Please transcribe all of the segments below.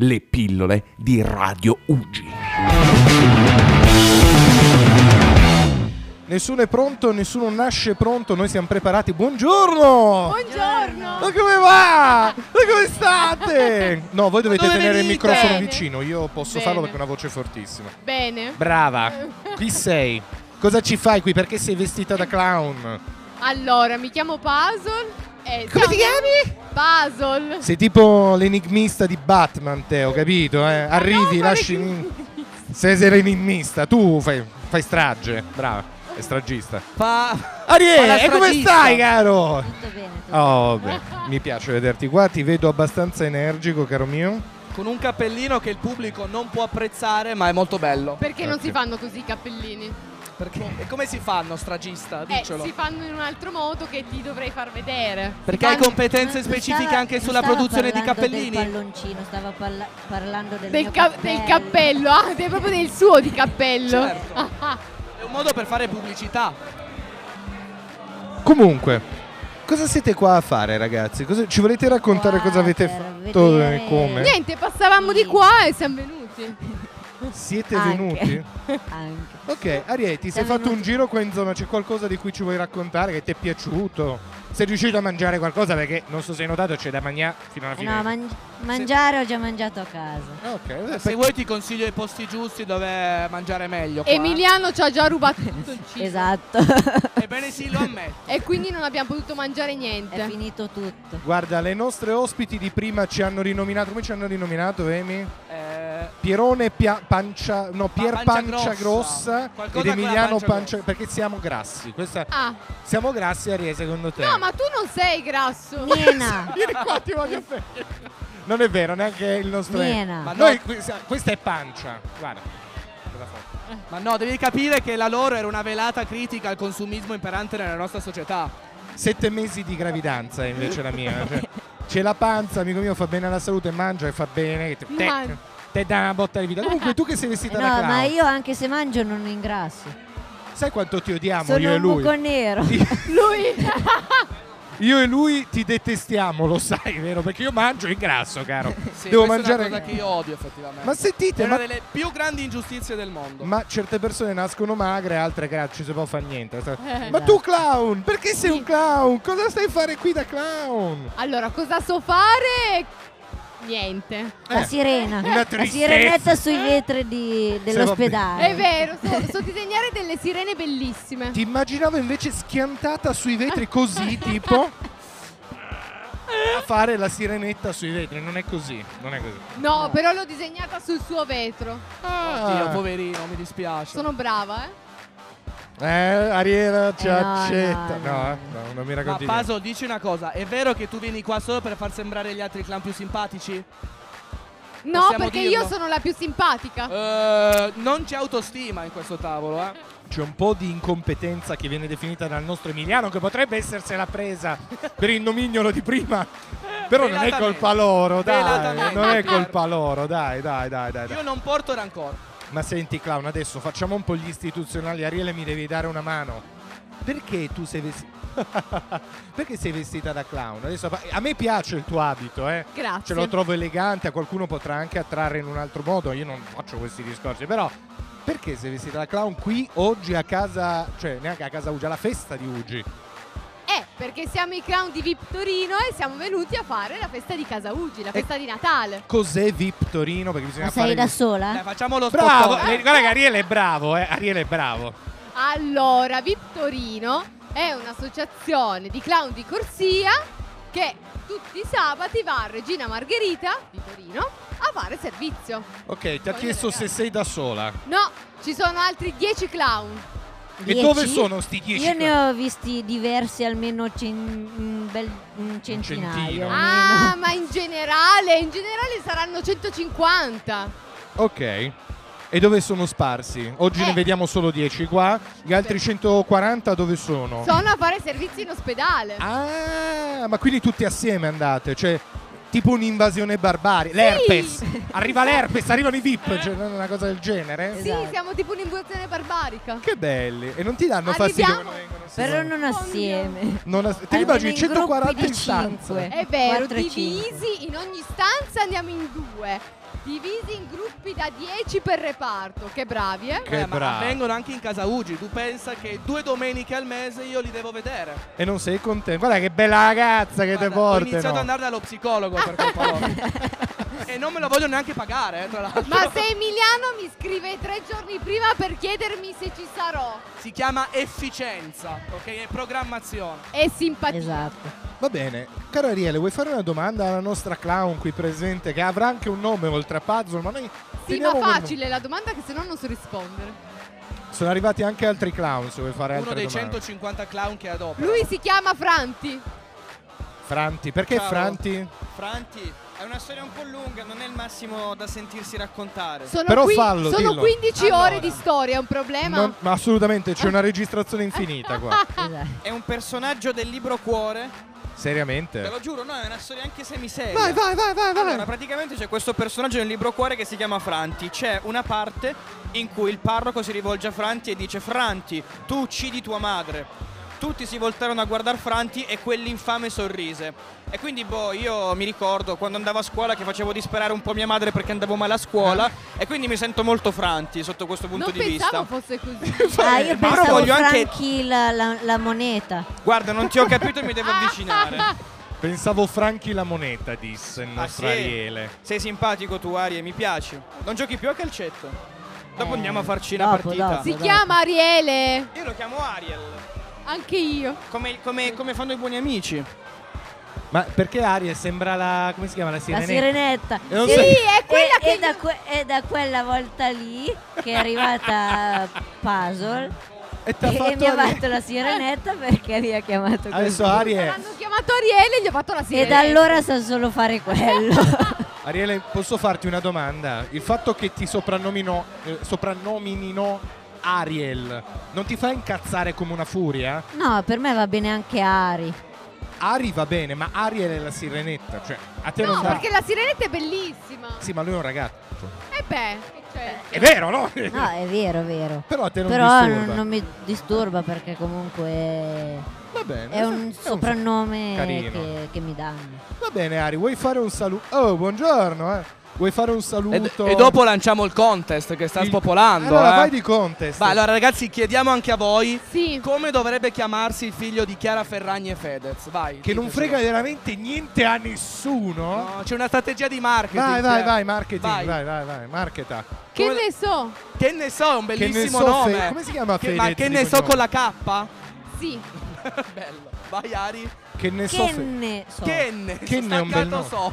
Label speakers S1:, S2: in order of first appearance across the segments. S1: le pillole di Radio Ugi.
S2: Nessuno è pronto, nessuno nasce pronto, noi siamo preparati. Buongiorno!
S3: Buongiorno!
S2: Ma come va? Ma come state? No, voi dovete
S3: dove
S2: tenere il
S3: venite?
S2: microfono
S3: Bene.
S2: vicino, io posso
S3: Bene.
S2: farlo perché ho una voce fortissima.
S3: Bene.
S2: Brava, qui sei. Cosa ci fai qui? Perché sei vestita da clown?
S3: Allora, mi chiamo Puzzle. e
S2: Come
S3: ciao,
S2: ti
S3: chiami? Puzzle.
S2: Sei tipo l'enigmista di Batman, Teo, capito? eh? Arrivi,
S3: no,
S2: lasci. Sei sei l'enigmista, tu fai, fai strage. Brava, è stragista.
S4: Fa... fa la
S2: Ariele, e come
S4: stragista.
S2: stai, caro?
S5: Tutto bene. tutto
S2: Oh, vabbè, mi piace vederti qua, ti vedo abbastanza energico, caro mio.
S4: Con un cappellino che il pubblico non può apprezzare, ma è molto bello.
S3: Perché non si
S2: Ok.
S3: fanno così i cappellini?
S4: Perché... E come si fanno, stragista?
S3: Eh,
S4: Diccelo.
S3: si fanno in un altro modo che ti dovrei far vedere. Si
S4: Perché hai
S3: fanno-
S4: competenze
S5: Mi
S4: specifiche
S5: stava-
S4: anche
S5: mi
S4: sulla
S5: stava
S4: produzione di
S5: parlando
S4: cappellini?
S5: Del palloncino, stava parla- parlando del,
S3: del,
S5: mio
S3: ca-
S5: cappello.
S3: del cappello, ah, de- proprio del suo di cappello. Ah,
S4: Certo. È un modo per fare pubblicità.
S2: Comunque, cosa siete qua a fare, ragazzi? Cosa- ci volete raccontare
S5: Qua
S2: cosa avete
S5: per
S2: fatto
S5: vedere-
S2: e come?
S3: Niente, passavamo di qua e siamo venuti.
S2: Siete
S5: Anche.
S2: venuti?
S5: Anche.
S2: Ok, Arieti, ti sei
S5: Siamo
S2: fatto un
S5: venuti.
S2: giro qua in zona, c'è qualcosa di cui ci vuoi raccontare che ti è piaciuto? Sei riuscito a mangiare qualcosa perché non so se hai notato c'è da mangiare fino alla
S5: Eh
S2: fine.
S5: No, man- mangiare ho già mangiato a casa.
S2: Ah, ok, eh,
S4: Se
S2: per-
S4: vuoi ti consiglio i posti giusti dove mangiare meglio. qua, eh.
S3: Emiliano ci ha già rubato tutto il cibo.
S5: Esatto.
S4: Ebbene sì, lo ammetto.
S3: E quindi non abbiamo potuto mangiare
S5: È
S3: niente.
S5: finito tutto.
S2: Guarda, le nostre ospiti di prima ci hanno rinominato, come ci hanno rinominato, Emi?
S4: Eh,
S2: Pierone Pia- Pancia, no, Pier
S4: pancia
S2: Pancia,
S4: grossa.
S2: Grossa,
S4: Qualcosa
S2: ed
S4: con la
S2: Emiliano
S4: pancia
S2: Pancia,
S4: grossa.
S2: perché siamo grassi. Questa-
S3: Ah,
S2: siamo grassi, Arie, secondo te?
S3: no, ma tu non sei grasso.
S5: Miena.
S2: Vieni qua, ti voglio bene. Non è vero, neanche il nostro.
S5: Miena.
S4: Ma no.
S2: Noi, qui- questa è pancia. Guarda. Cosa fa?
S4: ma no, devi capire che la loro era una velata critica al consumismo imperante nella nostra società.
S2: Sette mesi di gravidanza è invece la mia. cioè, c'è la panza, amico mio, fa bene alla salute, mangia e fa bene. Te, te,
S3: Man-
S2: te dà una botta di vita. Comunque, tu che sei
S5: Eh
S2: vestita
S5: No,
S2: da clown,
S5: ma io anche se mangio non ingrasso.
S2: sai quanto ti odiamo io
S5: Sono
S2: e
S5: un
S2: lui?
S5: buco nero.
S3: Lui
S2: Io e lui ti detestiamo, lo sai, vero? Perché io mangio e ingrasso, caro.
S4: Sì,
S2: Devo
S4: questa
S2: mangiare.
S4: È una cosa che io odio effettivamente.
S2: Ma
S4: è
S2: sentite,
S4: una
S2: ma
S4: delle più grandi ingiustizie del mondo.
S2: Ma certe persone nascono magre, altre gra- ci si può fare niente. Ma
S5: esatto.
S2: tu clown, perché sei
S3: Sì.
S2: un clown? Cosa stai a fare qui da clown?
S3: Allora, cosa so fare? Niente.
S5: La
S2: Eh,
S5: sirena.
S2: Una
S5: La
S2: tristezza.
S5: sirenetta sui vetri di-
S4: Eh.
S3: È
S5: dell'ospedale.
S3: vero, so, so disegnare delle sirene bellissime.
S2: Ti immaginavo invece schiantata sui vetri così, tipo a fare la sirenetta sui vetri, non è così, non è così.
S4: Eh.
S3: No, però l'ho disegnata sul suo vetro.
S2: ah.
S4: Oddio, poverino, mi dispiace.
S3: Sono brava, eh.
S2: Eh, Ariela ci
S5: Eh, no,
S2: accetta.
S5: no,
S2: No,
S5: no.
S2: eh, no, non mi
S4: Ma
S2: racconti. niente.
S4: Paso, dici una cosa, è vero che tu vieni qua solo per far sembrare gli altri clan più simpatici?
S3: No,
S4: Possiamo
S3: perché
S4: dirlo?
S3: io sono la più simpatica.
S4: Eh, non c'è autostima in questo tavolo, eh.
S2: C'è un po' di incompetenza che viene definita dal nostro Emiliano che potrebbe essersela presa per il nomignolo di prima. Però non è
S4: Velatamente.
S2: colpa loro, dai.
S4: Velatamente.
S2: Non è colpa loro, dai, dai, dai, dai. dai.
S4: Io non porto rancore.
S3: Eh?
S2: Ma senti clown, adesso facciamo un po' gli istituzionali, Ariele mi devi dare una mano. Perché tu sei vestita Perché sei vestita da clown? Adesso pa- a me piace il tuo abito, eh.
S3: Grazie.
S2: Ce lo trovo elegante, a qualcuno potrà anche attrarre in un altro modo, io non faccio questi discorsi, però perché sei vestita da clown qui oggi a casa, cioè neanche a casa Ugi, alla festa di Ugi?
S3: Eh, perché siamo i clown di VIP Torino e siamo venuti a fare la festa di Casa Ugi,
S4: Eh.
S3: la festa di Natale.
S2: Ecco. Cos'è VIP Torino? Perché bisogna
S5: Ma
S2: fare
S5: sei da
S2: gli-
S4: Dai,
S5: sola?
S4: facciamo lo
S2: Bravo,
S4: spottone.
S2: eh, guarda che Ariele è bravo, eh. Ariele è bravo.
S3: Allora, VIP Torino è un'associazione di clown di corsia che tutti i sabati va a Regina Margherita di Torino a fare servizio.
S2: Ok, ti ha
S3: Voglio
S2: chiesto se
S3: legare.
S2: sei da sola.
S3: No, ci sono altri 10 clown.
S2: E
S5: Dieci?
S2: dove sono sti 10
S5: Io ne ho visti diversi almeno cen- un bel un centinaio.
S2: centino.
S3: Ah,
S5: almeno.
S3: ma in generale, in generale saranno 150.
S2: Ok. E dove sono sparsi? Oggi ne
S3: Eh.
S2: vediamo solo 10 qua. Gli altri 140 dove
S5: Oh.
S2: sono?
S3: Sono a fare servizi in ospedale.
S2: Ah, ma quindi tutti assieme andate, cioè tipo un'invasione barbarie. L'herpes. Arriva l'herpes, arrivano i VIP, cioè, non è una cosa del genere.
S3: Sì,
S5: Esatto.
S3: siamo tipo un'involuzione barbarica.
S2: Che belli. E non ti danno fastidio
S3: Arriviamo.
S2: quando vengono assieme?
S5: Però non
S3: Oh mio.
S5: assieme.
S2: Non ass- Ti
S5: Almeno
S2: immagini
S5: in gruppi
S2: 140
S5: di
S2: in stanza?
S5: cinque.
S3: È vero,
S5: Eh, Quattro e cinque.
S3: divisi in ogni stanza andiamo in due. divisi in gruppi da 10 per reparto. Che bravi, eh?
S2: Che
S4: Eh, ma
S2: bravo.
S4: vengono anche in casa Ugi. Tu pensa che due domeniche al mese io li devo vedere.
S2: E non sei contento. Guarda che bella ragazza che te
S4: Guarda, Ho
S2: porta.
S4: iniziato ad andare dallo psicologo per colpa loro. e non me lo voglio neanche pagare, eh, tra l'altro.
S3: Ma se Emiliano mi scrive tre giorni prima per chiedermi se ci sarò.
S4: Si chiama efficienza, ok? È programmazione.
S3: È simpatia.
S5: Esatto.
S2: Va bene, caro Ariele, vuoi fare una domanda alla nostra clown qui presente che avrà anche un nome oltre a puzzle, ma noi
S3: Sì, ma
S2: teniamo quel-
S3: facile la domanda che se no non so rispondere.
S2: Sono arrivati anche altri clown, se vuoi fare
S4: Uno
S2: altre
S4: dei
S2: domande.
S4: 150 clown che adopera.
S3: Lui si chiama Franti.
S2: Franti, perché
S6: Ciao.
S2: Franti?
S6: Franti, è una storia un po' lunga, non è il massimo da sentirsi raccontare.
S3: Sono,
S2: Però
S3: qui-
S2: fallo,
S3: sono
S2: dillo.
S3: 15 ore
S6: Allora.
S3: di storia, è un
S5: Eh,
S3: problema?
S2: Non- ma assolutamente, c'è una registrazione infinita qua.
S5: esatto.
S6: È un personaggio del libro Cuore, ve
S2: Seriamente.
S6: lo giuro, no, è una storia anche semiseria.
S2: Eh. Vai, vai, vai, vai, vai.
S6: Allora, praticamente c'è questo personaggio nel libro Cuore che si chiama Franti. C'è una parte in cui il parroco si rivolge a Franti e dice: Franti, tu uccidi tua madre. Tutti si voltarono a guardare Franti e quell'infame sorrise. E quindi, boh, io mi ricordo quando andavo a scuola che facevo disperare un po' mia madre perché andavo male a scuola.
S2: Eh.
S6: E quindi mi sento molto Franti sotto questo punto
S3: non
S6: di
S3: pensavo
S6: vista.
S3: fosse così.
S5: Ah, io
S6: Ma ora
S5: pensavo
S6: voglio anche-
S5: Franchi la, la- la moneta.
S6: Guarda, non ti ho capito e mi devo avvicinare.
S2: Pensavo Franchi la moneta, disse il
S6: Ah,
S2: nostro
S6: sì?
S2: Ariele.
S6: Sei simpatico tu, Arie, mi piaci. Non giochi più a calcetto. Dopo
S5: Eh,
S6: andiamo a farci una
S5: dopo,
S6: partita.
S5: dopo.
S3: si chiama Ariele,
S6: Io lo chiamo Ariel.
S3: anche io.
S6: Come, come- come fanno i buoni amici.
S2: Ma perché Ariele sembra la... come si chiama? La
S5: La
S2: sirenetta?
S5: sirenetta.
S2: E non
S5: Sì,
S2: so-
S3: Sì, è quella
S5: e,
S3: che...
S5: e Eh, da que- e da quella volta lì che è arrivata Puzzle
S2: E t'ha
S5: e, e mi ha
S2: Ariele-
S5: fatto la sirenetta perché mi ha chiamato
S2: Adesso
S5: così.
S2: Ariele,
S3: L'hanno chiamato Ariele e gli ho fatto la
S5: E
S3: sirena.
S5: da allora sa solo fare quello.
S2: Ariele, posso farti una domanda? Il fatto che ti soprannomino, eh, soprannominino Ariel non ti fa incazzare come una furia?
S5: No, per me va bene anche Ari.
S2: Ari va bene, ma Ariel è la sirenetta, cioè a te
S3: No,
S2: non dà-
S3: perché la sirenetta è bellissima.
S2: Sì, ma lui è un ragazzo.
S3: E beh, cioè,
S2: È vero, no?
S5: No, è vero, è vero.
S2: Però a te non
S5: Però non,
S2: disturba.
S5: non mi disturba perché comunque
S2: Va bene.
S5: è un soprannome
S2: Carino.
S5: che, che mi danno.
S2: Va bene, Ari, vuoi fare un saluto? Oh, buongiorno, eh. Vuoi fare un
S4: E,
S2: saluto?
S4: e dopo lanciamo il contest che sta
S2: Il-
S4: spopolando.
S2: Allora,
S4: eh.
S2: vai di contest.
S4: Ma allora, ragazzi, chiediamo anche a voi
S3: sì.
S4: come dovrebbe chiamarsi il figlio di Chiara Ferragni e Fedez. Vai.
S2: che non
S4: ditecelo.
S2: frega veramente niente a nessuno.
S4: No, c'è una strategia di marketing.
S2: Vai, vai,
S4: eh.
S2: vai, marketing, vai,
S4: Vai.
S2: vai, vai, marketa.
S3: Che
S4: come-
S3: ne so?
S4: Che ne so, è un
S2: Che ne
S4: bellissimo
S2: so,
S4: nome.
S2: Fe- come si chiama
S4: Che-
S2: Fedez
S4: Ma che
S2: di
S4: ne so con
S2: cognome?
S4: la K?
S3: Sì.
S4: Bello. Vai, Ari.
S2: Che ne so
S5: Che
S2: se...
S5: ne so.
S4: Che ne
S2: Che ne è un bel
S4: staccato so.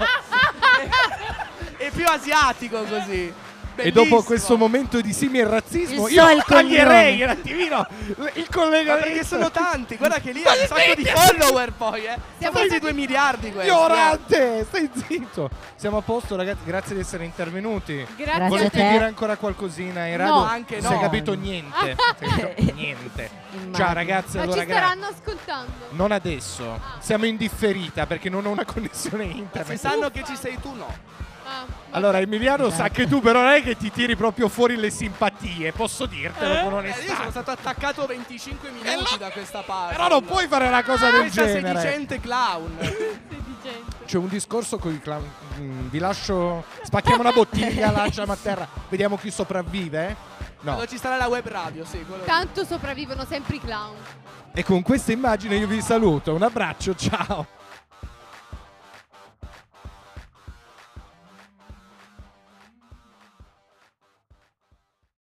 S4: è più asiatico così.
S2: E
S4: Bellissimo.
S2: dopo questo momento di simil razzismo,
S5: Il
S2: io
S5: so il
S2: toglierei
S5: cognome.
S2: un attimino il
S4: Ma
S2: collegamento.
S4: perché sono tanti, guarda che lì ha un
S2: Ma
S4: sacco
S2: che
S4: di
S2: metti-
S4: follower poi, eh. Sono
S3: Siamo
S4: quasi
S3: stati-
S4: 2 miliardi questi. eh.
S2: Ignorante, stai zitto. Siamo a posto, ragazzi. Grazie di essere intervenuti.
S3: Grazie,
S5: Grazie
S3: a
S2: Volete
S3: te.
S5: te.
S2: dire ancora qualcosina in radio?
S3: No,
S4: anche
S2: Non si
S4: no.
S2: è capito niente. Non si è capito niente. Ciao,
S5: Immagino.
S2: ragazzi.
S3: Ma
S2: allora,
S3: ci
S2: gra-
S3: staranno ascoltando.
S2: Non adesso. Siamo in differita perché non ho una connessione
S4: Se
S2: internet.
S4: sanno che ci sei tu no.
S3: Ah, ma-
S2: Allora, Emiliano sa
S5: Esatto.
S2: che tu però non è che ti tiri proprio fuori le simpatie, posso dirtelo con
S4: Eh, io sono
S2: onestà.
S4: stato attaccato 25 minuti da questa parte.
S2: Eh,
S4: Ah,
S2: Però non puoi fare una cosa del
S4: Questa
S2: genere.
S4: sedicente clown.
S3: sedicente.
S2: C'è un discorso con i clown. mm, vi lascio. Spacchiamo una bottiglia, lanciamo a terra. Vediamo chi sopravvive. eh? No.
S4: Allora ci sarà la web radio, sì, quello lì.
S3: Tanto sopravvivono sempre i clown.
S2: E con questa immagine io vi saluto. Un abbraccio, ciao.